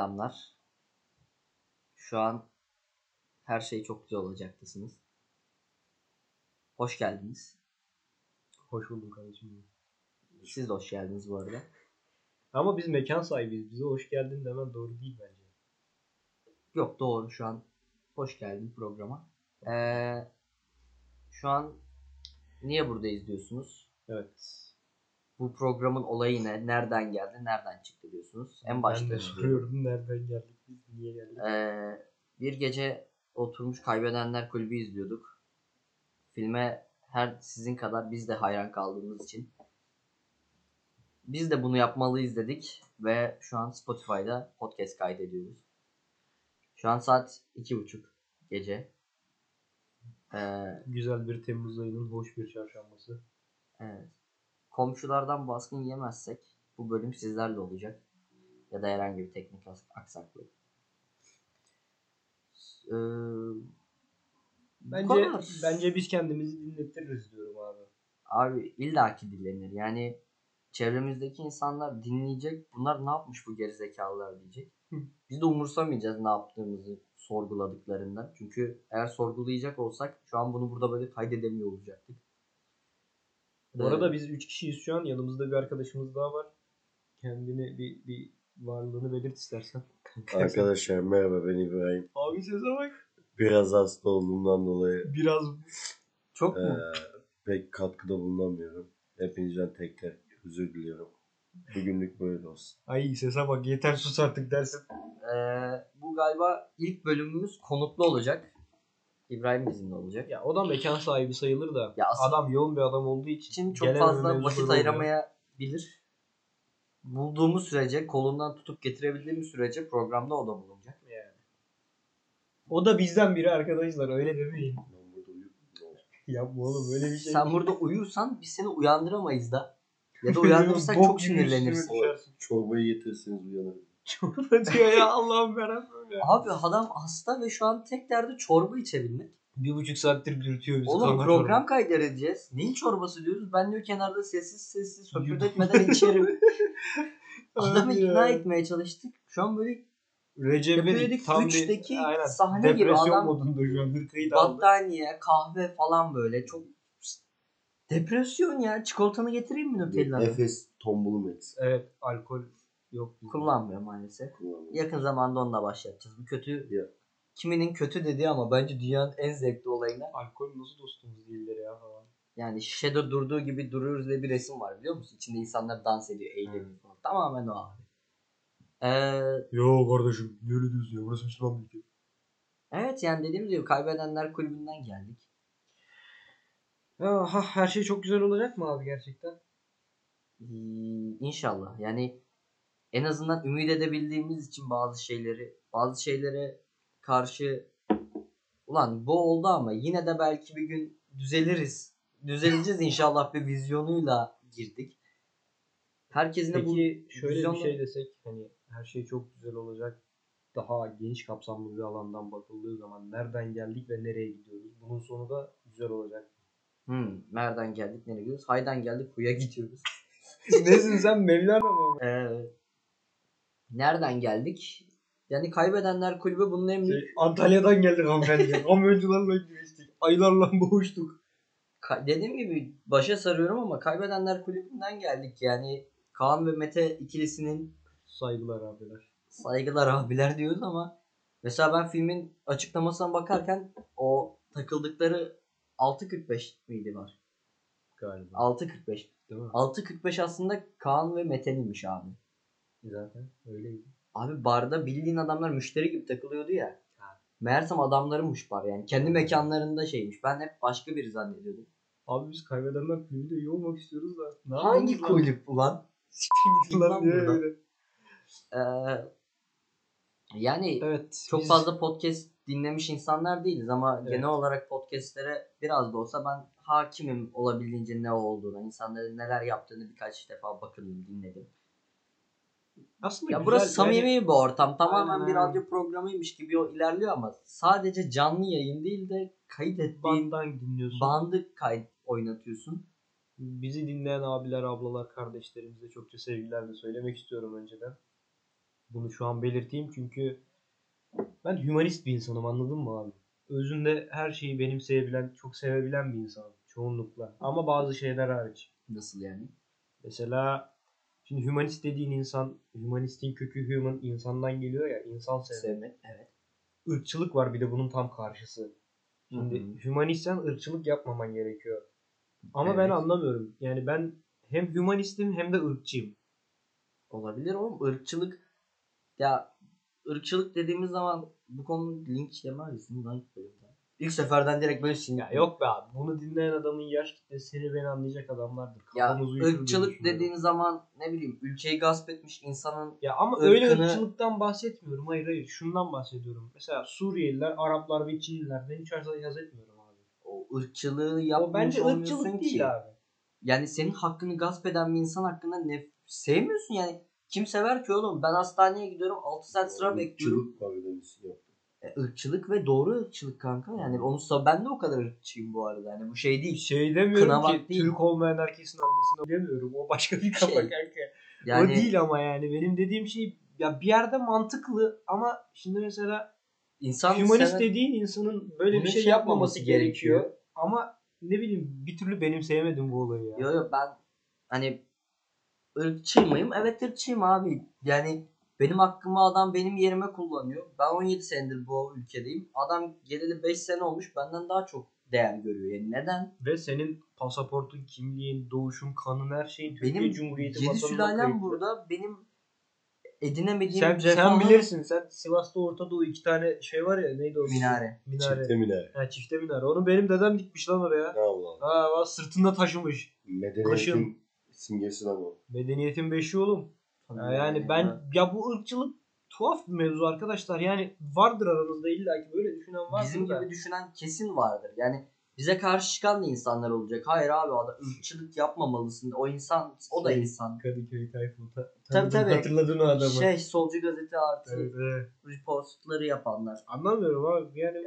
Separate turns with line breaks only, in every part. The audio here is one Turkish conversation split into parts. Selamlar. Şu an her şey çok güzel olacaktasınız. Hoş geldiniz.
Hoş bulduk kardeşim.
Siz de hoş geldiniz bu arada.
Ama biz mekan sahibiyiz. Bize hoş geldin demen doğru değil bence.
Yok doğru şu an hoş geldin programa. Ee, şu an niye buradayız diyorsunuz.
Evet.
Bu programın olayı ne? Nereden geldi? Nereden çıktı diyorsunuz. En başta
ben de
soruyorum.
soruyorum nereden geldik biz, niye geldik.
Ee, bir gece oturmuş Kaybedenler Kulübü izliyorduk. Filme her sizin kadar biz de hayran kaldığımız için. Biz de bunu yapmalıyız dedik ve şu an Spotify'da podcast kaydediyoruz. Şu an saat iki buçuk gece. Ee,
Güzel bir Temmuz ayının hoş bir çarşambası.
evet. Komşulardan baskın yemezsek bu bölüm sizlerle olacak. Ya da herhangi bir teknik as- aksaklık. Ee, bu
Bence
kadar.
bence biz kendimizi dinlettiririz diyorum abi.
Abi illaki dinlenir. Yani çevremizdeki insanlar dinleyecek. Bunlar ne yapmış bu gerizekalılar diyecek.
Hı.
Biz de umursamayacağız ne yaptığımızı sorguladıklarından. Çünkü eğer sorgulayacak olsak şu an bunu burada böyle kaydedemiyor olacaktık.
Bu arada biz 3 kişiyiz şu an. Yanımızda bir arkadaşımız daha var. Kendini bir, bir varlığını belirt istersen.
Arkadaşlar merhaba ben İbrahim.
Abi söze bak.
Biraz hasta olduğumdan dolayı
Biraz
çok
e,
mu?
pek katkıda bulunamıyorum. Hepinizden tekrar özür diliyorum. Bugünlük böyle olsun.
ay sese bak yeter sus artık dersin.
Ee, bu galiba ilk bölümümüz konutlu olacak. İbrahim bizimle olacak.
Ya o da mekan sahibi sayılır da.
Ya aslında-
adam yoğun bir adam olduğu için.
için çok
gelen
fazla
mevzuları
vakit
oluyor.
ayıramayabilir. Bulduğumuz sürece, kolundan tutup getirebildiğimiz sürece programda o da bulunacak.
Yani. O da bizden biri arkadaşlar öyle demeyin.
Ben burada uyup
Yapma oğlum öyle bir şey.
Sen burada uyursan biz seni uyandıramayız da. Ya da uyandırırsak
Bok
çok
gibi şey
sinirlenirsin.
üstüme düşersin.
Çorbayı yetirseniz uyanırım.
Çorba diyor ya Allah'ım veren böyle.
Abi adam hasta ve şu an tek derdi çorba içebilmek.
Bir buçuk saattir dürtüyor bizi.
Oğlum
kana
program kaydedeceğiz. Neyin çorbası diyoruz? Ben diyor kenarda sessiz sessiz söpürdetmeden içerim.
çorba.
Adamı
Hadi ya.
ikna etmeye çalıştık. Şu an böyle
Recep
Recep
İvedik tam
üçteki
bir aynen,
sahne gibi
depresyon
adam-
modunda şu an hırkayı da aldı.
battaniye, kahve falan böyle çok depresyon ya. Çikolatanı getireyim mi Nutella'nı?
Efes tombulum etsin.
Evet alkol yok. bizde.
Kullanmıyor maalesef. Yakın zamanda onunla başlayacağız. Bu kötü
Ya.
kiminin kötü dediği ama bence dünyanın en zevkli olayına
Alkol nasıl dostumuz değildir ya falan.
yani şişede durduğu gibi duruyoruz diye bir resim var biliyor musun? İçinde insanlar dans ediyor,
Hmm.
eğleniyor falan. Tamamen o abi. Ee,
Yo kardeşim ne öyle diyorsun ya burası Müslüman bir ülke.
evet yani dediğim gibi kaybedenler kulübünden geldik.
Aha, her şey çok güzel olacak mı abi gerçekten?
Hmm, İnşallah. Yani en azından ümit edebildiğimiz için bazı şeyleri, bazı şeylere karşı ulan bu oldu ama yine de belki bir gün düzeliriz. Düzeleceğiz inşallah bir vizyonuyla girdik. Herkesin de bu
Peki şöyle bir
vizyonla-
şey desek hani her şey çok güzel olacak. Daha geniş kapsamlı bir alandan bakıldığı zaman nereden geldik ve nereye gidiyoruz? Bunun sonu da güzel olacak.
Hmm, nereden geldik nereye gidiyoruz? Haydan geldik huya gidiyoruz.
Nesin sen Mevlana mı?
Ee, nereden geldik? Yani kaybedenler kulübü bunun en büyük
Şey, Antalya'dan geldik hanımefendi. Kamyoncularla güreştik. Aylarla boğuştuk.
Ka- dediğim gibi başa sarıyorum ama kaybedenler kulübünden geldik yani Kaan ve Mete ikilisinin
Saygılar abiler.
saygılar abiler diyoruz ama mesela ben filmin açıklamasına bakarken o takıldıkları 6.45 miydi var?
Galiba.
6.45.
Değil mi?
6.45 aslında Kaan ve Mete'ninmiş abi.
Zaten öyleydi.
Abi barda bildiğin adamlar müşteri gibi takılıyordu ya.
Ha.
Meğersem adamlarınmış bar yani. Kendi mekanlarında şeymiş. Ben hep başka biri zannediyordum.
Abi biz kaybedenler kulübü de iyi olmak istiyoruz da. Ne
Hangi
yapalım lan?
kulüp ulan?
Gidin lan
Lan
diye
buradan.
öyle.
Ee, yani
Evet.
Çok
biz-
fazla podcast dinlemiş insanlar değiliz ama
Evet.
genel olarak podcastlere biraz da olsa ben hakimim olabildiğince ne olduğuna, insanların neler yaptığını birkaç defa bakındım, dinledim.
aslında
Ya
güzel,
burası
yani-
samimi bir ortam. Tamamen
Aynen,
bir
aynen.
radyo programıymış gibi o ilerliyor ama sadece canlı yayın değil de kayıt ettiğin
Banddan dinliyorsun.
bandı kayıt oynatıyorsun.
Bizi dinleyen abiler, ablalar, kardeşlerimize çokça sevgilerle söylemek istiyorum önceden. Bunu şu an belirteyim çünkü ben hümanist bir insanım anladın mı abi? Özünde her şeyi benimseyebilen, çok sevebilen bir insanım çoğunlukla. Ama bazı şeyler hariç.
Nasıl yani?
Mesela şimdi hümanist dediğin insan, hümanistin kökü human insandan geliyor ya, insan sevmek.
Sevmek. Evet.
Irkçılık var bir de bunun tam karşısı. Şimdi
Hı hı.
hümanistsen ırkçılık yapmaman gerekiyor. Ama ben
Evet.
anlamıyorum. Yani ben hem hümanistim hem de ırkçıyım.
Olabilir oğlum. ırkçılık ya ırkçılık dediğimiz zaman bu konu linç yemeyiz mi lan ilk bölümden? İlk seferden direkt böyle sinir.
Ya yok be abi. Bunu dinleyen adamın yaş kitlesi seni beni anlayacak adamlardır.
Ya
Kafamız uyuşur diye
ırkçılık
düşünüyorum.
dediğin zaman ne bileyim ülkeyi gasp etmiş insanın
Ya ama
ırkını-
öyle ırkçılıktan bahsetmiyorum. Hayır hayır. Şundan bahsediyorum. Mesela Suriyeliler, Araplar ve Çinlilerden hiç haz etmiyorum abi.
o ırkçılığı
Ya
yapmış
bence
olmuyorsun ki.
ırkçılık değil abi.
Yani senin hakkını gasp eden bir insan hakkında ne sevmiyorsun yani. Kim sever ki oğlum? Ben hastaneye gidiyorum 6 saat sıra bekliyorum.
Çılık kavgalarısı yaptı.
E, ırkçılık ve doğru ırkçılık kanka. Yani onu sa- ben de o kadar ırkçıyım bu arada. Yani bu şey değil.
Şey demiyorum
Kınamak
ki
değil.
Türk olmayan herkesin annesine demiyorum. O başka bir kafa
Şey,
kanka.
Yani
O değil ama yani benim dediğim şey ya bir yerde mantıklı ama şimdi mesela
insan
hümanist
sever-
dediğin insanın böyle
Bunu
bir şey
şey
yapmaması,
yapmaması
gerekiyor.
gerekiyor.
Ama ne bileyim bir türlü benimseyemedim bu olayı ya.
Yo yo ben hani ırkçı mıyım? Evet ırkçıyım abi. Yani benim hakkımı adam benim yerime kullanıyor. Ben 17 senedir bu ülkedeyim. Adam geleli 5 sene olmuş benden daha çok değer görüyor. Yani neden?
Ve senin pasaportun, kimliğin, doğuşun, kanın her şeyin Türkiye
benim
Cumhuriyeti
7
vatanına
sülalem
kayıtlı.
burada benim edinemediğim
Sen, sen
refahın
bilirsin sen Sivas'ta Orta Doğu iki tane şey var ya neydi o?
minare.
Minare.
Çifte minare.
Ha, çifte minare. Onu benim dedem dikmiş lan oraya.
Ne Allah Allah.
Ha, bak sırtında taşımış.
Medeniyetin
Kışın.
simgesi de bu.
Medeniyetin beşi oğlum. Ya Ee, yani ben ya bu ırkçılık tuhaf bir mevzu arkadaşlar. Yani vardır aranızda illaki böyle düşünen vardır
bizim
da.
gibi düşünen kesin vardır. Yani bize karşı çıkan da insanlar olacak. Hayır abi o da ırkçılık yapmamalısın. O insan o da
Şey,
insan.
Kadıköy Tayfun. Ta-
Tabii,
tanıdın,
tabii.
Hatırladın o adamı.
Şey solcu gazete artı
Evet, evet.
repostları yapanlar.
Anlamıyorum abi. Yani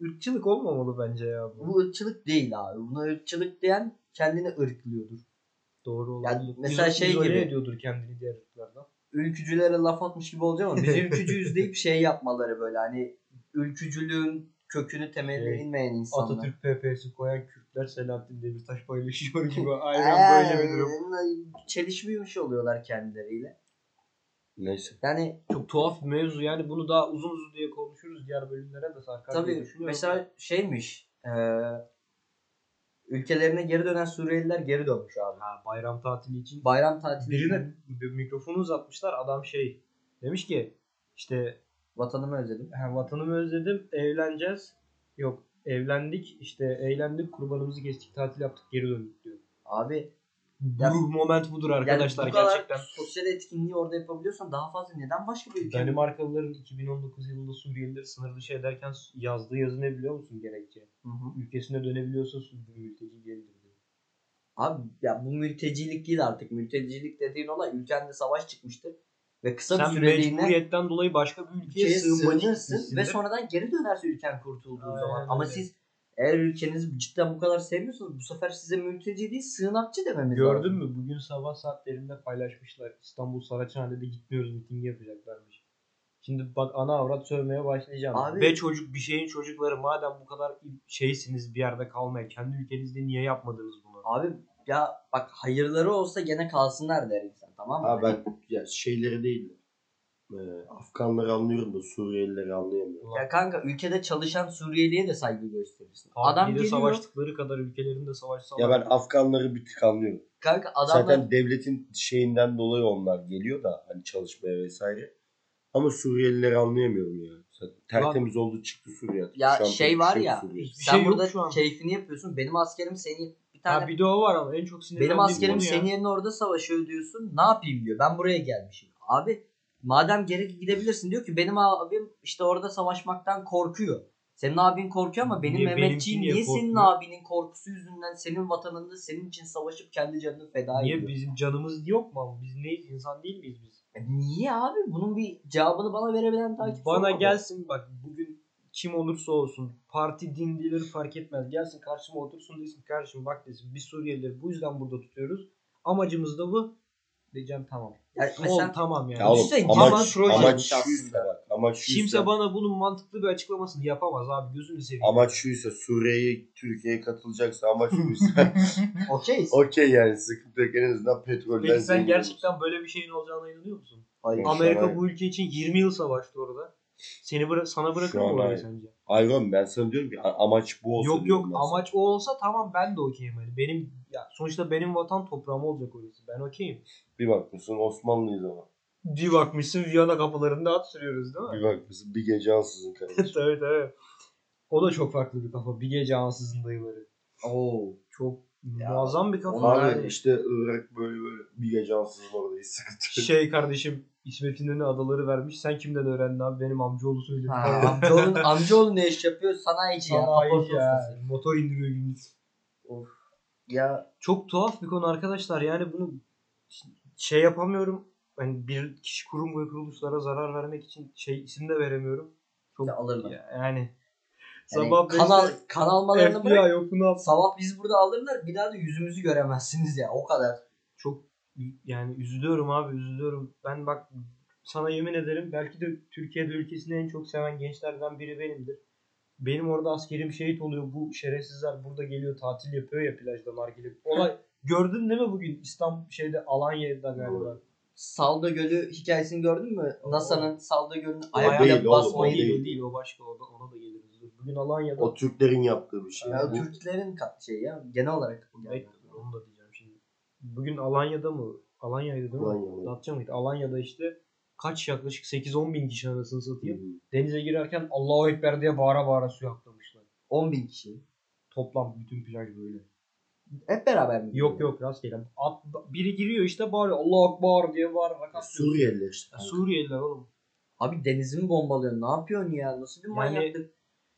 bu ırkçılık olmamalı bence ya bu.
Bu ırkçılık değil abi. Buna ırkçılık diyen kendini ırklıyordur.
Doğru olan.
Yani mesela şey gibi.
ediyordur kendini diğer ırklardan.
Ülkücülere laf atmış gibi olacağım ama biz ülkücüyüz deyip şey yapmaları böyle hani ülkücülüğün kökünü temeline
Evet.
inmeyen insanlar.
Atatürk PPS'i koyan Kürtler Selahattin Demirtaş paylaşıyor gibi. Aynen
Aynen
böyle bir durum.
Çelişmiyormuş Ee, oluyorlar kendileriyle.
Neyse.
Yani
Çok tuhaf bir mevzu. Yani bunu daha uzun uzun diye konuşuruz. Diğer bölümlere de sarkar diye
Tabii
düşünüyorum.
mesela şeymiş. eee, ülkelerine geri dönen Suriyeliler geri dönmüş abi.
Ha, bayram tatili için
Bayram tatili
Birine bir mikrofonu uzatmışlar. Adam şey demiş ki işte
vatanımı özledim.
"Ha, vatanımı özledim evleneceğiz. Yok evlendik işte eğlendik kurbanımızı kestik tatil yaptık geri döndük diyor.
Abi Ya-
Ruh moment budur arkadaşlar
yani bu kadar
gerçekten.
sosyal etkinliği orada yapabiliyorsan daha fazla neden başka bir ülke?
Danimarkalıların 2019 yılında Suriyelileri sınır dışı ederken yazdığı yazı ne biliyor musun gerekçe?
Hı hı.
Ülkesine dönebiliyorsa Su- mülteci geridir diyor.
Abi ya bu mültecilik değil artık. Mültecilik dediğin olay ülkende savaş çıkmıştır ve kısa bir
Sen
süreliğine
mecburiyetten dolayı başka bir ülkeye,
ülkeye
sığınmacı
sığınırsın ve
gitmişsindir.
sonradan geri dönerse ülken kurtulduğu
Aynen
zaman. Ama
öyle.
siz eğer ülkenizi cidden bu kadar sevmiyorsanız bu sefer size mülteci değil sığınakçı dememiz lazım.
Gördün mü? Bugün sabah saatlerinde paylaşmışlar. İstanbul Saraçhane'de gitmiyoruz miting yapacaklarmış. Şimdi bak ana avrat sövmeye başlayacağım.
Abi-
Ve çocuk bir şeyin çocukları madem bu kadar şeysiniz bir yerde kalmaya kendi ülkenizde niye yapmadınız bunu?
Abi ya bak hayırları olsa gene kalsınlar der insan tamam mı?
Ha ben ya şeyleri değil. Ee, Afganları anlıyorum da Suriyelileri anlayamıyorum.
Ya kanka ülkede çalışan Suriyeli'ye de saygı gösterirsin. adam
Adam
geliyor.
savaştıkları kadar ülkelerinde savaşsalar.
Ya ben Afganları bir tık anlıyorum.
Kanka adamlar
Zaten devletin şeyinden dolayı onlar geliyor da hani çalışmaya vesaire. Ama Suriyelileri anlayamıyorum ya. Zaten tertemiz oldu çıktı Suriye. artık.
Ya
Şu an pek
şey
bir
var
yok
ya,
Suriye'de.
Hiçbir
sen
şey yok
burada
şu an.
keyfini yapıyorsun. Benim askerim seni bir tane
Ha bir de o var ama en çok sinirlendiğim
benim askerim
konu ya.
senin yerine orada savaşıyor diyorsun. Ne yapayım diyor. Ben buraya gelmişim. Abi madem geri gidebilirsin diyor ki benim abim işte orada savaşmaktan korkuyor. Senin abin korkuyor ama benim
Niye,
Mehmetçiğim
benimki niye
niye, senin
korkmuyor?
abinin korkusu yüzünden senin vatanında senin için savaşıp kendi canını feda ediyor. E,
Niye bizim canımız yok mu? ama? Biz neyiz? İnsan değil miyiz biz?
Niye abi? Bunun bir cevabını bana verebilen takip
Bana gelsin bak bugün kim olursa olsun parti din dilir fark etmez. Gelsin karşıma otursun desin karşıma bak desin biz Suriyelileri bu yüzden burada tutuyoruz. Amacımız da bu. diyeceğim tamam.
Ya
Sol
mesela-
tamam yani.
Ya oğlum,
Düşünsene, Kemal
amaç,
Trojan
amaç
aslında.
şuysa bak. Amaç şuysa,
Kimse bana bunun mantıklı bir açıklamasını yapamaz abi gözünü seveyim.
amaç şuysa Suriye'ye Türkiye'ye katılacaksa amaç şuysa
Okeyiz.
okey yani sıkıntı yok en azından petrolden
Peki sen
zengin
gerçekten böyle bir şeyin olacağına inanıyor musun?
olursun. Hayır, şu an
Amerika bu ülke için 20 yıl savaştı orada. Seni bıra- sana bırakır
Şu
mı
an
orayı
hayır.
sence?
hayır. Hayır oğlum ben sana diyorum ki a- amaç bu olsa
yok yok
diyorum ben sana.
amaç o olsa tamam ben de okeyim hani. Benim ya sonuçta benim vatan toprağım olacak orası. Ben okeyim.
Bir bakmışsın Osmanlıyız ama.
Bir bakmışsın Viyana kapılarında at sürüyoruz değil mi?
Bir bakmışsın bir gece ansızın kardeşim.
tabii tabii. O da çok farklı bir kafa. Bir gece ansızın dayıları.
Oo.
Çok
Ya,
muazzam bir kafa.
onlar-
Abi işte Irak böyle böyle bir gece ansızın oradayız sıkıntı. yok.
Şey kardeşim İsmet İnönü adaları vermiş. Sen kimden öğrendin abi? Benim amcaoğlu söyledi.
Ha, amcaoğlun, amcaoğlu ne iş yapıyor? Sanayici ya.
Sanayi
kaporta
ya.
ustası.
Motor indiriyor gündüz.
Of. Ya
Çok tuhaf bir konu arkadaşlar. Yani bunu şey yapamıyorum. Hani bir kişi kurum ve kuruluşlara zarar vermek için şey isim de veremiyorum. Çok
Ya alırlar.
ya- Yani,
yani
sabah
Hani kanal,
beşte
kanal malarını
FBI
bırak.
yok bunu al.
Sabah biz burada alırlar. Bir daha da yüzümüzü göremezsiniz ya. O kadar.
Çok yani üzülüyorum abi üzülüyorum. Ben bak sana yemin ederim belki de Türkiye'de ülkesini en çok seven gençlerden biri benimdir. Benim orada askerim şehit oluyor. Bu şerefsizler burada geliyor tatil yapıyor ya plajda nargile. Olay gördün değil mi bugün İstanbul şeyde Alanya'da galiba.
Salda Gölü hikayesini gördün mü?
Oo.
NASA'nın Salda Gölü'nü
Ay,
ayağıyla
değil oğlum,
O
basmayı.
o
değil
değil.
o değil o başka o da, ona da geliriz. Dur, Bugün Alanya'da.
O Türklerin yaptığı bir şey.
Ya
Bu-
Türklerin kat şey ya. Genel olarak. bu
Evet,
yani.
onu da diyeceğim şimdi. Bugün Alanya'da mı? Alanya'ydı değil mi?
Alanya'da.
Datça mıydı? Alanya'da işte kaç yaklaşık 8-10 bin kişi arasını
Hı
satayım.
hı.
Denize girerken Allahu Ekber diye bağıra bağıra suya atlamışlar.
10 bin kişi.
Toplam bütün plaj böyle.
Hep beraber mi?
Yok yok rastgele. At, biri giriyor işte bağırıyor Allahu Ekber diye bağırarak
Ya
atlıyor.
Suriyeliler işte.
Ya Suriyeliler oğlum.
Abi denizi mi bombalıyorsun? Ne yapıyorsun ya? Nasıl bir
Yani-
manyaklık?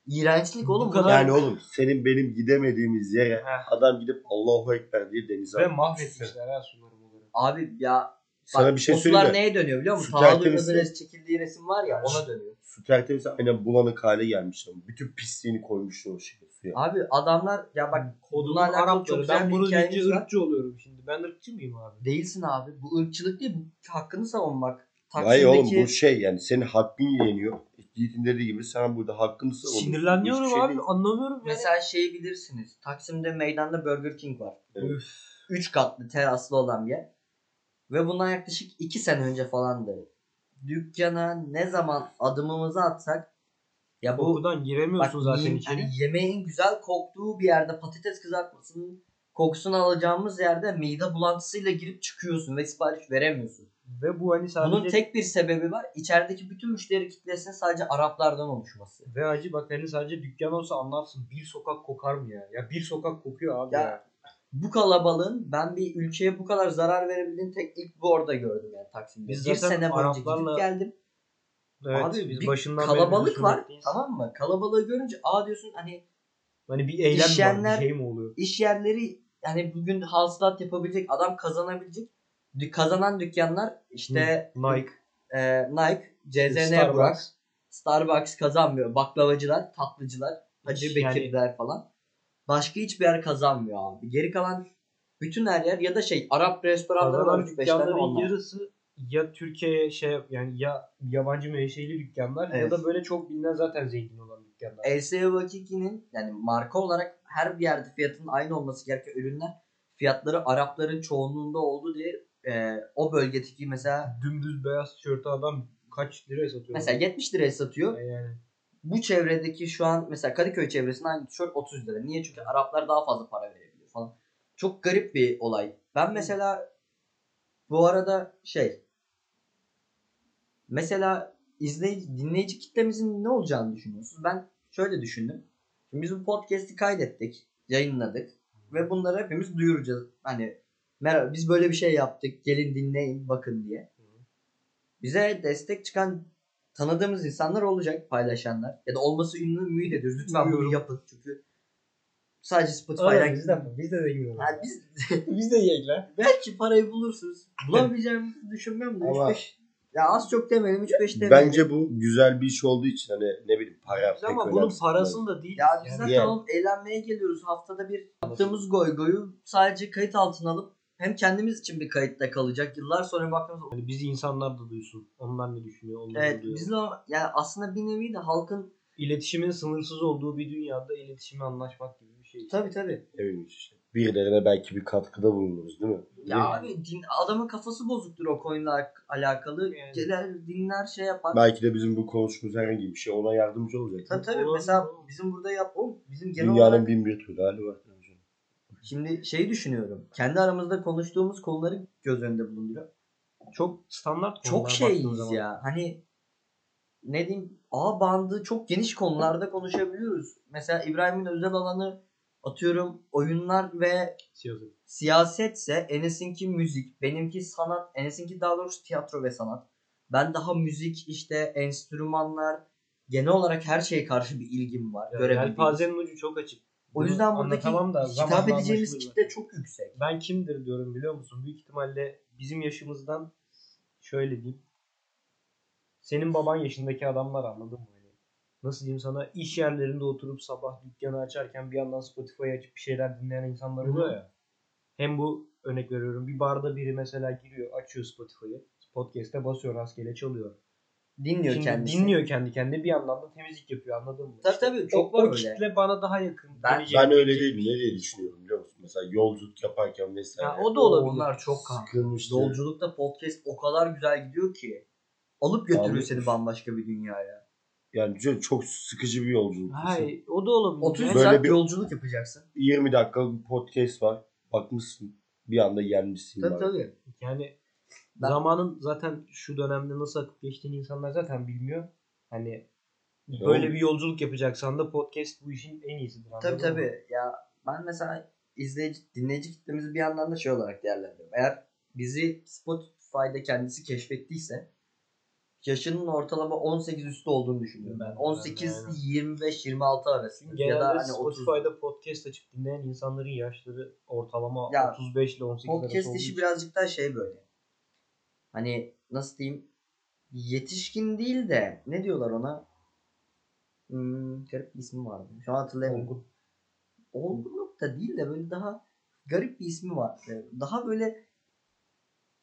İğrençlik
Bu
oğlum. bu.
kadar-
Yani oğlum senin benim gidemediğimiz yere
Heh.
adam gidip Allahu Ekber diye denize
Ve
atmış.
mahvetmişler ha suları bunları.
Abi ya.
Sana
bak,
bir şey
o sular
söyleyeyim mi?
neye dönüyor biliyor musun?
Su
Pahalı
tertemiz-
res çekildiği resim var ya ona dönüyor.
Su tertemiz aynen bulanık hale gelmiş. ama. Bütün pisliğini koymuşlar o şeye suya.
Abi adamlar ya bak koduna
Bunlar
alakalı çok
Arapları.
güzel
Hani Ben
bir
bunun deyince
hikayemiz var.
ırkçı oluyorum şimdi. Ben ırkçı mıyım abi?
Değilsin abi. Bu ırkçılık değil. Bu hakkını savunmak.
Hayır oğlum bu
Taksim'deki
şey yani senin hakkın yeniyor. Yiğit'in dediği gibi sen burada hakkını savunuyorsun.
Sinirleniyorum
Hiçbir şey
abi.
değil.
Anlamıyorum yani.
mesela şeyi bilirsiniz. Taksim'de meydanda Burger King var.
Evet.
Üf.
3 katlı teraslı olan bir yer. Ve bundan yaklaşık 2 sene önce falandı. Dükkana ne zaman adımımızı atsak ya bu
Kokudan giremiyorsun zaten
yiyeyim,
içeri.
hani yemeğin güzel koktuğu bir yerde patates kızartmasının kokusunu alacağımız yerde mide bulantısıyla girip çıkıyorsun ve sipariş veremiyorsun.
Ve bu hani sadece
Bunun tek bir sebebi var. İçerideki bütün müşteri kitlesinin sadece Araplardan oluşması.
ve acı bak hani sadece dükkan olsa anlarsın bir sokak kokar mı ya? Ya bir sokak kokuyor abi
Ya,
ya.
Bu kalabalığın ben bir ülkeye bu kadar zarar verebildiğini tek ilk bu orada gördüm yani Taksim'de.
Biz
bir
zaten
sene boyunca
Araplarla-
gidip geldim.
Evet,
Abi
biz
bir
başından beri
kalabalık
bunu
var
söyledik.
tamam mı? Kalabalığı görünce aa diyorsun hani
Hani bir eylem var,
İşleyenler-
bir şey mi oluyor?
iş yerleri yani bugün hasılat yapabilecek adam kazanabilecek Dü- kazanan dükkanlar işte
Nike,
e, Nike, CZN
Starbucks.
Burak, Starbucks kazanmıyor. Baklavacılar, tatlıcılar, Hacı
Yani-
Bekirler falan. Başka hiçbir yer kazanmıyor abi. Geri kalan bütün her yer ya da şey Arap restoranları var
Kazanan
3-5 tane
dükkanların
onlar.
yarısı ya Türkiye'ye şey yap- yani ya yabancı menşeli dükkanlar ya
Evet. E-
da böyle çok bilinen zaten zengin olan dükkanlar.
LSE Vakiki'nin yani marka olarak her bir yerde fiyatının aynı olması gereken ürünler fiyatları Arapların çoğunluğunda oldu diye e, o bölgedeki mesela
Dümdüz beyaz tişörtü adam kaç liraya satıyor?
mesela 70 liraya satıyor.
E yani
bu çevredeki şu an mesela Kadıköy çevresinde aynı tişört 30 lira. Niye? Çünkü Araplar daha fazla para verebiliyor falan. Çok garip bir olay. Ben mesela bu arada şey mesela izleyici, dinleyici kitlemizin ne olacağını düşünüyorsunuz? Ben şöyle düşündüm. Şimdi biz bu podcast'i kaydettik, yayınladık ve bunları hepimiz duyuracağız. Hani merhaba biz böyle bir şey yaptık. Gelin dinleyin, bakın diye. Bize destek çıkan tanıdığımız insanlar olacak paylaşanlar. Ya da olması ünlü müyü de diyoruz. Lütfen bunu
Duyuyorum.
yapın çünkü sadece
Aynen
Spotify'dan
biz de biz de zengin olalım.
Ha, biz
biz de yiyekler.
belki parayı bulursunuz. Bulabileceğimizi düşünmem de
Ama-
3-5. Ya az çok demeyelim 3-5 demeyelim.
Bence bu güzel bir iş olduğu için hani ne bileyim para
Biz ama
pek
bunun
önemsiz.
parasını da değil.
ya biz
Yani
zaten
Yani-
oğlum eğlenmeye geliyoruz. Haftada bir yaptığımız goy goyu sadece kayıt altına alıp hem kendimiz için bir kayıtta kalacak. Yıllar sonra baktığımızda
Yani hani bizi insanlar da duysun. Onlar ne düşünüyor? Onlar ne
evet
duyuyor.
bizim o- yani aslında bir nevi de halkın
İletişimin sınırsız olduğu bir dünyada iletişimi anlaşmak gibi bir şey.
tabi tabi
Evet işte. Birilerine belki bir katkıda bulunuruz değil mi?
Ya abi din, adamın kafası bozuktur o konuyla ak- alakalı.
Yani.
Gelir dinler şey yapar.
Belki de bizim bu konuşmamız herhangi bir şey ona yardımcı olacak.
Tabii tabii
Olur.
mesela bizim burada yap oğlum, bizim genel
Dünyanın
olarak
bin bir türlü hali var.
şimdi şeyi düşünüyorum. Kendi aramızda konuştuğumuz konuları göz önünde bulunduruyor. Çok çok
Standart konular baktığın
şeyiz
zaman.
ya. Hani ne diyeyim A bandı çok geniş konularda konuşabiliyoruz. Mesela İbrahim'in özel alanı atıyorum oyunlar ve
Siyaset.
Siyasetse Enes'inki müzik, benimki sanat, Enes'inki daha doğrusu tiyatro ve sanat. Ben daha müzik, işte enstrümanlar, genel olarak her şeye karşı bir ilgim var.
Yani
görebildiğim.
Yelpazenin ucu çok açık.
O yüzden
Bunu
buradaki
anlatamam da
hitap
zamanla
edeceğimiz
anlaşılır
kitle
zaten.
çok yüksek.
Ben kimdir diyorum biliyor musun? Büyük ihtimalle bizim yaşımızdan şöyle diyeyim. Senin baban yaşındaki adamlar anladın mı? Hani nasıl diyeyim sana iş yerlerinde oturup sabah dükkanı açarken bir yandan Spotify açıp bir şeyler dinleyen insanlar
Hı hı.
oluyor ya. Hem bu örnek veriyorum bir barda biri mesela giriyor açıyor Spotify'ı. Podcast'e basıyor rastgele çalıyor.
Dinliyor
Şimdi
kendisi.
dinliyor kendi kendine bir yandan da temizlik yapıyor anladın mı?
Tabii
İşte
tabii, çok
o,
var
o
öyle.
kitle bana daha yakın.
Ben-
Gelecek-
Ben öyle değilim. Ne diye düşünüyorum biliyor musun? Mesela yolculuk yaparken vesaire.
Ha, o da
O
olabilir.
Onlar çok kan.
Sıkılmıştır.
Yolculukta podcast o kadar güzel gidiyor ki. Alıp götürüyor
Abi-
seni bambaşka bir dünyaya.
Yani düşünsene çok sıkıcı bir yolculuk. düşün.
Hayır, o da olabilir.
30
Yani-
Böyle
saat
bir-
yolculuk yapacaksın.
20 dakikalık bir podcast var. Bakmışsın bir anda gelmişsin.
Tabii
bana.
tabii.
Yani
Ben-
zamanın zaten şu dönemde nasıl akıp geçtiğini insanlar zaten bilmiyor. Hani
Ya
böyle
oğlum.
bir yolculuk yapacaksan da podcast bu işin en iyisidir. anladın
Tabii
mı?
tabii. Ya ben mesela izleyici, dinleyici kitlemizi bir yandan da şey olarak değerlendiriyorum. Eğer bizi Spotify'da kendisi keşfettiyse yaşının ortalama 18 üstü olduğunu düşünüyorum
Ben
ben.
de,
18
ben de,
25 26 arası
Çünkü
ya
genelde
da hani 30.
Spotify'da podcast açıp dinleyen insanların yaşları ortalama
Ya,
35 ile 18 arası
Podcast
olduğu
işi
için.
birazcık daha şey böyle. Hani nasıl diyeyim? Yetişkin değil de ne diyorlar ona? Hmm, garip bir ismi vardı. Şu an hatırlayamıyorum.
olgun.
olgunluk da değil de böyle daha garip bir ismi var. Ee, Daha böyle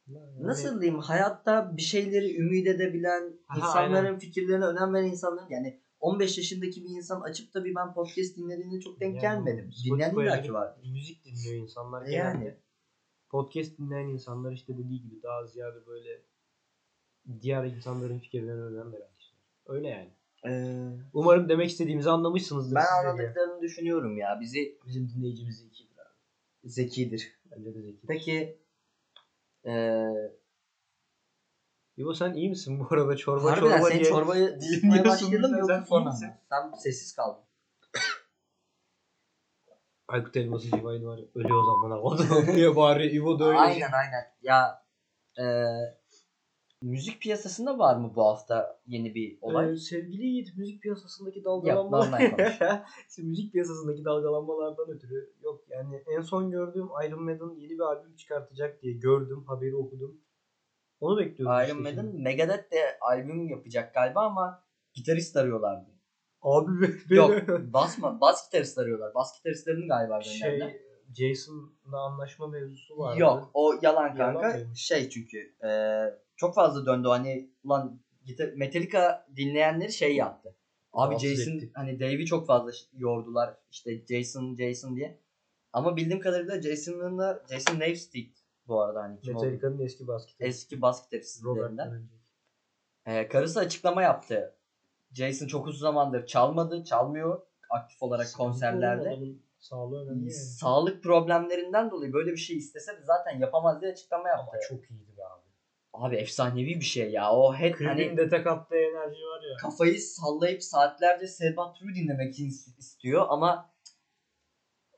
Yani-
nasıl diyeyim hayatta bir şeyleri ümit edebilen,
Ha,
insanların fikirlerine önem veren insanların yani 15 yaşındaki bir insan açıp da bir ben podcast dinlediğinde çok denk
Yani
gelmedim.
Spotify'a
Dinleyen illa ki
girip
vardır.
Müzik dinliyor insanlar.
E
genelde.
yani.
Podcast dinleyen insanlar işte dediği gibi daha ziyade böyle diğer insanların fikirlerine önem veren kişiler. Öyle yani.
Ee,
Umarım demek istediğimizi anlamışsınızdır.
ben
siz de diye.
anladıklarını düşünüyorum ya. Bizi
Bizim dinleyicimiz iki biraz.
zekidir.
Bence de zeki.
Peki ee,
İbo sen iyi misin bu arada? Çorba
harbiden
çorba
sen
diye.
çorbayı
dinliyorsun,
sıkmaya başladın mı
sen
yoksa
sonra
sonra mı?
mı?
Sen sessiz kaldın.
Aykut Elmas'ın civaydı var ya. Ölüyor o zaman. O da diye bağırıyor. İbo da öyle. şey-
Aynen aynen. Ya e, müzik piyasasında var mı bu hafta yeni bir olay?
Ee, sevgili Yiğit müzik piyasasındaki
Yapılanlar
dalgalanmalar. Şimdi müzik piyasasındaki dalgalanmalardan ötürü yok yani en son gördüğüm Iron Maiden yeni bir albüm çıkartacak diye gördüm haberi okudum. Onu bekliyorum. işte
Iron Maiden
şimdi.
Megadeth de albüm yapacak galiba ama gitarist arıyorlardı.
Abi be, be-
Yok basma bas gitarist arıyorlar. Bas gitaristlerini galiba
şey
gönderdiler.
Jason'la anlaşma mevzusu vardı.
Yok o yalan kanka.
mıymış?
şey çünkü e, çok fazla döndü hani ulan gitar, Metallica dinleyenleri şey yaptı. Abi
Rahatsız
Jason
etti.
hani Dave'i çok fazla ş- yordular işte Jason Jason diye. Ama bildiğim kadarıyla Jason'ın da Jason Navesteed bu arada hani kim oldu?
Metallica'nın eski basketi.
Eski bas
Robert
gitaristlerinden.
Plant.
E, karısı açıklama yaptı. Jason çok uzun zamandır çalmadı, çalmıyor aktif olarak
Sıkıntı
konserlerde.
oğlum adamın Sağlığı önemli. yani.
Sağlık problemlerinden dolayı böyle bir şey istese de zaten yapamaz diye açıklama
Ama
yaptı.
çok iyiydi be abi.
Abi efsanevi bir şey ya. O head hani
Klibin de tek attığı enerji var ya.
kafayı sallayıp saatlerce Sebat True dinlemek is- istiyor ama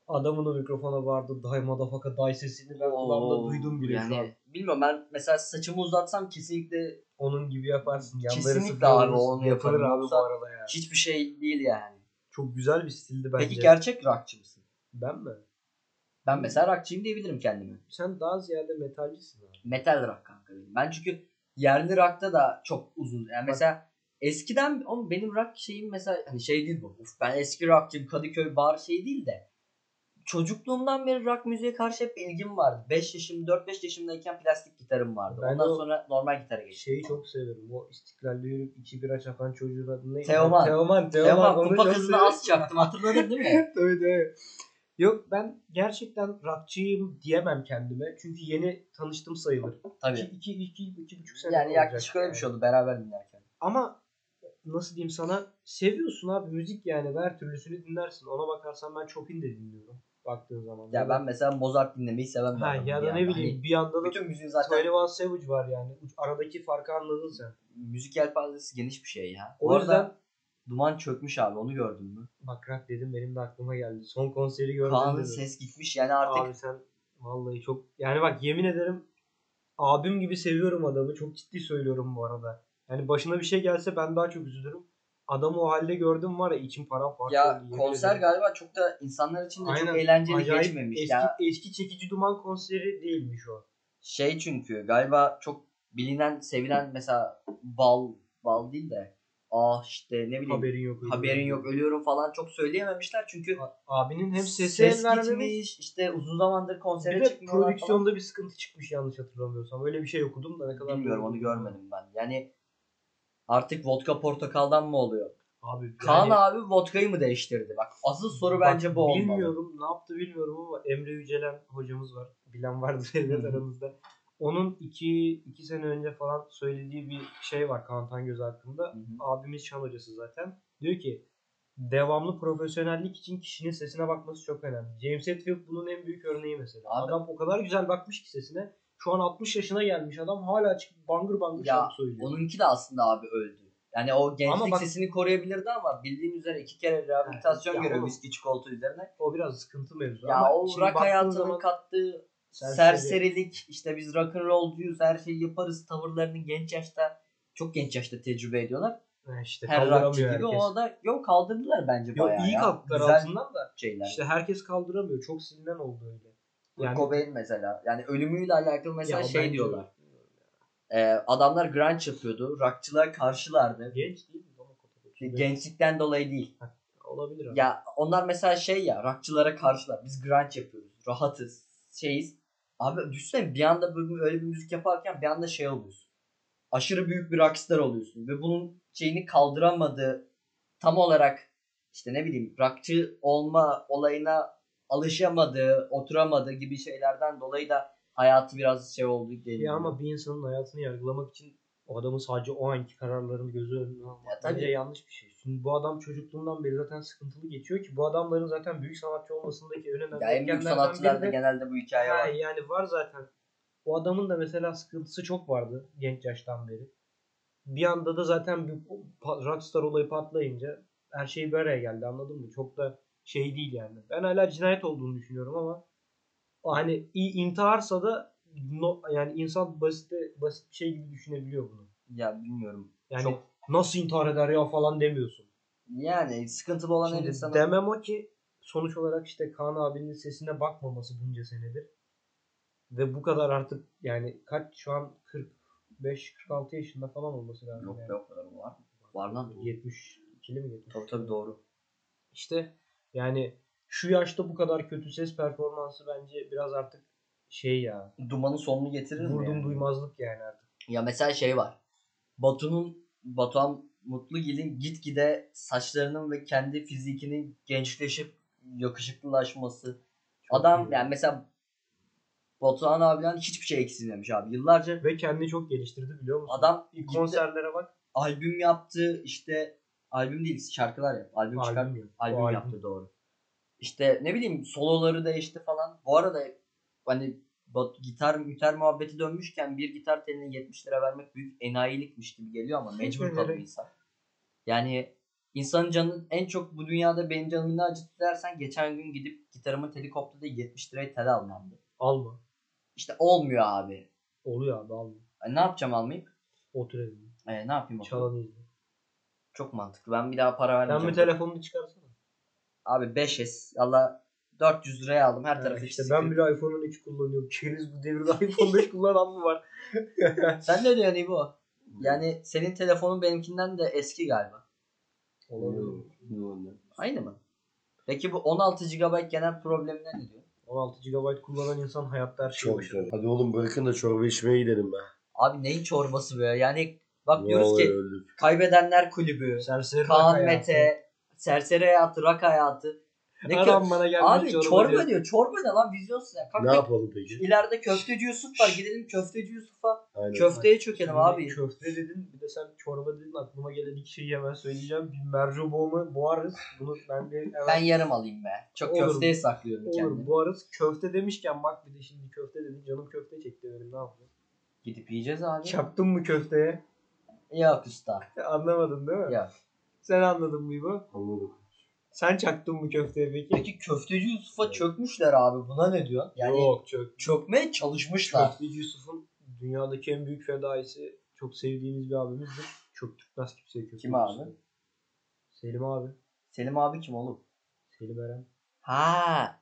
Adamın o mikrofona vardı. Die motherfucker die sesini ben kulağımda duydum bile şu an.
yani, Bilmiyorum ben mesela saçımı uzatsam kesinlikle
Onun gibi yaparsın. Yanları
Kesinlikle
sıfır
abi,
olursun.
onu
Yapılır
yaparım.
abi bu
Yoksa-
arada ya.
hiçbir şey değil yani.
Çok güzel bir stildi bence.
Peki gerçek rockçı mısın?
ben mi?
Ben mesela rockçıyım diyebilirim kendime.
Sen daha ziyade metalcisin abi.
Metal rock kanka benim. Ben çünkü yerli rockta da çok uzun. Yani mesela eskiden oğlum benim rock şeyim mesela hani şey değil bu. Uf, ben eski rockçıyım Kadıköy bar şey değil de çocukluğumdan beri rock müziğe karşı hep bir ilgim vardı. 5 yaşım, 4-5 yaşımdayken plastik gitarım vardı.
Ben de
Ondan
o-
sonra normal gitara geçtim.
Şeyi çok severim. O istiklalde yürüyüp iki bira çakan çocuğun adı neydi?
Teoman.
Teoman. Teoman.
Teoman
Şey, Onu
kupa
çok
kızına
severim.
az çaktım hatırladın değil mi?
Tabii tabii. Yok ben gerçekten rockçıyım diyemem kendime. Çünkü yeni tanıştım sayılır. İki,
Tabii.
iki, iki, iki buçuk sene
Yani
olacak
yaklaşık öyle bir
yani.
şey oldu beraber dinlerken.
Ama nasıl diyeyim sana seviyorsun abi müzik yani ve her türlüsünü dinlersin. Ona bakarsan ben Chopin de dinliyorum baktığın zaman.
Ya ben mesela Mozart dinlemeyi seven bir
ha,
adamım
ya da
yani.
ne bileyim bir yanda
Hani
da
bütün müziğin zaten
21 Savage var yani. Uç- Aradaki farkı anladın sen.
müzik yelpazesi geniş bir şey ya.
O
Bu
yüzden
arada duman çökmüş abi onu gördün mü?
bak rock dedim benim de aklıma geldi. Son konseri gördüm.
Kaan'ın ses gitmiş yani artık
Abi sen vallahi çok yani bak yemin ederim abim gibi seviyorum adamı. Çok ciddi söylüyorum bu arada. Yani başına bir şey gelse ben daha çok üzülürüm. Adamı o halde gördüm var ya içim paramparça
ya
oldu, yemin
konser
ederim.
galiba çok da insanlar için de
Aynen,
çok eğlenceli
acayip
geçmemiş
eski,
ya.
Eski çekici duman konseri değilmiş o.
Şey çünkü galiba çok bilinen sevilen mesela bal bal değil de ah işte ne bileyim
Haberin yok. öyle.
haberin yok ölüyorum falan çok söyleyememişler çünkü
A- Abinin hem sesi
ses
hem vermemiş.
gitmiş işte uzun zamandır konsere
Bir de
çıkmıyorlar falan.
prodüksiyonda bir sıkıntı çıkmış yanlış hatırlamıyorsam. Öyle bir şey okudum da ne kadar
Bilmiyorum
doğru
onu
bilmiyorum.
görmedim ben. Yani artık vodka portakaldan mı oluyor?
Abi yani-
Kaan abi vodkayı mı değiştirdi? Bak asıl soru bence
Bak,
bu olmalı.
Bilmiyorum ne yaptı bilmiyorum ama Emre Yücelen hocamız var. Bilen vardır elbet
Hı hı.
aramızda. Onun iki, iki sene önce falan söylediği bir şey var Kaan Tangöz hakkında.
Hı hı.
Abimiz şan hocası zaten. Diyor ki devamlı profesyonellik için kişinin sesine bakması çok önemli. James Hetfield bunun en büyük örneği mesela.
Abi-
Adam o kadar güzel bakmış ki sesine. Şu an 60 yaşına gelmiş adam hala çıkıp bangır bangır
Ya,
şarkı söylüyor.
Onunki de aslında abi öldü. Yani o gençlik
bak-
sesini koruyabilirdi ama bildiğin üzere iki kere rehabilitasyon
Ya
görüyor
oğlum-
viski çikolata üzerine.
O biraz sıkıntı mevzu.
Ya
ama
o
şimdi
rock
baktığın
hayatının
zaman-
kattığı
Serseri.
serserilik, işte biz rock'n'rollcuyuz, her şeyi yaparız tavırlarını genç yaşta, çok genç yaşta tecrübe ediyorlar.
Ha işte,
Her rockçı gibi
E, kaldıramıyor herkes.
o da yok kaldırdılar bence
Yok
bayağı
iyi
ya.
kalktılar
Güzel
altından da.
şeyler.
İşte herkes kaldıramıyor. Çok silinen oldu öyle.
Kurt Cobain mesela. Yani ölümüyle alakalı mesela
Ya
şey
bence-
diyorlar. Ee, adamlar grunge yapıyordu. Rockçılar karşılardı.
Genç değil mi? Ama Kurt Cobain.
Gençlikten dolayı değil.
Olabilir abi.
Ya onlar mesela şey ya rockçılara karşılar. Biz grunge yapıyoruz. Rahatız. Şeyiz. Abi düşünsene bir anda böyle, öyle bir müzik yaparken bir anda şey oluyorsun. Aşırı büyük bir rockstar oluyorsun. Ve bunun şeyini kaldıramadığı tam olarak işte ne bileyim rockçı olma olayına alışamadığı, oturamadığı gibi şeylerden dolayı da hayatı biraz şey oldu. geliyor.
Ya ama bir insanın hayatını yargılamak için o adamın sadece o anki kararlarını gözü önüne almak
Ya tabii.
bence yanlış bir şey. Şimdi bu adam çocukluğundan beri zaten sıkıntılı geçiyor ki bu adamların zaten büyük sanatçı olmasındaki en önemli
ya en büyük
etkenlerden
sanatçılarda
biri de-
genelde bu hikaye
Ha,
var.
yani var zaten. O adamın da mesela sıkıntısı çok vardı genç yaştan beri. Bir anda da zaten bir pa- rockstar olayı patlayınca her şey bir araya geldi anladın mı? Çok da şey değil yani. Ben hala cinayet olduğunu düşünüyorum ama hani i- intiharsa da no- yani insan basit basit bir şey gibi düşünebiliyor bunu.
Ya bilmiyorum.
Yani
Çok-
nasıl intihar eder ya falan demiyorsun.
Yani sıkıntılı olan her
Şimdi
insanın
demem o ki sonuç olarak işte Kaan abinin sesine bakmaması bunca senedir. Ve bu kadar artık yani kaç şu an 45-46 yaşında falan olması lazım.
Yok
yani.
be o kadar mı var? Var lan.
72'li mi 70?
Tabii tabii doğru.
İşte yani şu yaşta bu kadar kötü ses performansı bence biraz artık şey ya.
Dumanın sonunu getirir mi?
Vurdum
yani?
duymazlık yani artık.
Ya mesela şey var. Batu'nun Batuhan Mutlugil'in gitgide saçlarının ve kendi fizikinin gençleşip yakışıklılaşması.
Çok
Adam
iyi.
yani mesela Batuhan abiden hiçbir şey eksilmemiş abi. Yıllarca
ve kendini çok geliştirdi biliyor musun?
adam
İlk
gitti,
konserlere bak.
albüm yaptı işte albüm değil şarkılar yap. Albüm çıkar.
Albüm, yap-
Albüm
o
yaptı doğru. İşte ne bileyim soloları değişti falan. Bu arada hani bat- gitar gitar muhabbeti dönmüşken bir gitar teline 70 lira vermek büyük enayilikmiş gibi geliyor ama mecbur kalıyor
Evet.
insan. Yani insanın canı en çok bu dünyada benim canımı ne acıttı dersen geçen gün gidip gitarımın teli koptu diye 70 liraya tel almamdı.
Alma.
İşte olmuyor abi.
Oluyor abi alma.
E, ne yapacağım almayıp?
Otur evinde.
E, ne yapayım? oturup?
Çalanı izle.
Çok mantıklı. Ben bir daha para
Sen
vermeyeceğim.
bir telefonunu çıkarsana.
Abi 5S. Allah 400 liraya aldım. Her
Ha,
tarafı
işte
çizikli.
ben bile iPhone'un 3 kullanıyorum. Çeriz bu devirde iPhone 5 kullanan mı var?
Sen de öyle bu. Yani senin telefonun benimkinden de eski galiba.
Olabilir.
Aynı mı? Peki bu 16 GB genel problemine ne diyor?
16 GB kullanan insan hayatta her şeyi
Çok
başarır.
zor. Hadi oğlum bırakın da çorba içmeye gidelim be.
Abi neyin çorbası be? Yani bak diyoruz
Vallahi
ki
öldük.
kaybedenler kulübü,
Serseri
Kaan
hayatı.
Mete, serseri hayatı, rak hayatı. Ne kö-
Adam bana gelmiş
Abi çorba,
diyor.
diyor. Çorba ne lan vizyonsuz ya. Kalk
Ne
bak,
yapalım peki?
ileride köfteci Yusuf var. Gidelim köfteci Yusuf'a.
Aynen.
Köfteye çökelim
Şimdi
abi.
Köfte dedin bir de sen çorba dedin aklıma gelen iki şeyi hemen söyleyeceğim. Bir mercimeğimi boğarız. Bunu ben de hemen
Ben yarım alayım be. Çok
Olur.
köfteye saklıyorum
olur
kendimi.
boğarız. Köfte demişken bak bir de şimdi köfte dedin canım köfte çekti benim ne yapayım.
Gidip yiyeceğiz abi.
Çaptın mı köfteye?
Yok usta.
Anlamadın değil mi?
Yok.
Sen anladın mı bu?
Anladım.
Sen çaktın mı köfteye peki?
Peki köfteci Yusuf'a
Evet.
çökmüşler abi. Buna ne diyorsun? Yani
Yok çok.
çökmeye çalışmışlar.
Köfteci Yusuf'un dünyadaki en büyük fedaisi çok sevdiğimiz bir abimizdir. Çok tutmaz kimseye köfteci
Kim abi?
Yusuf'u. Selim abi.
Selim abi kim oğlum?
Selim Eren.
Ha.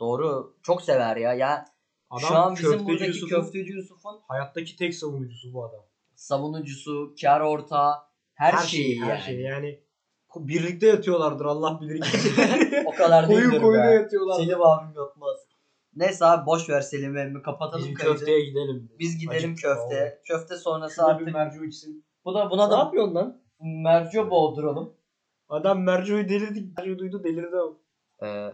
Doğru. Çok sever ya. Ya
Adam
şu an bizim
köfteci
buradaki
Yusuf'un
köfteci Yusuf'un
hayattaki tek savunucusu bu adam.
savunucusu, kar ortağı, her, şeyi, yani.
her şeyi yani. Ko- Birlikte yatıyorlardır Allah bilir ki.
O kadar değildir
koyun koyuna
be.
yatıyorlar.
Selim abim yapmaz. Neyse abi boş ver Selim emmi kapatalım
Biz
kaydı.
köfteye gidelim.
Biz gidelim
Acıktık
köfte.
vallahi.
Köfte sonrası
Şurada bir
artık
mercu içsin.
bu da buna
Ne
da
yapıyorsun lan?
merco boğduralım.
Adam mercuyu delirdi. Mercuyu duydu delirdi. ama.
Ee,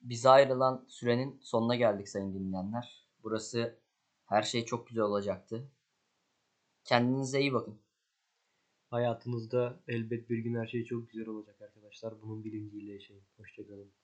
bize ayrılan sürenin sonuna geldik sayın dinleyenler. Burası her şey çok güzel olacaktı. Kendinize iyi bakın.
Hayatınızda elbet bir gün her şey çok güzel olacak arkadaşlar. Bunun bilinciyle yaşayın. Hoşçakalın.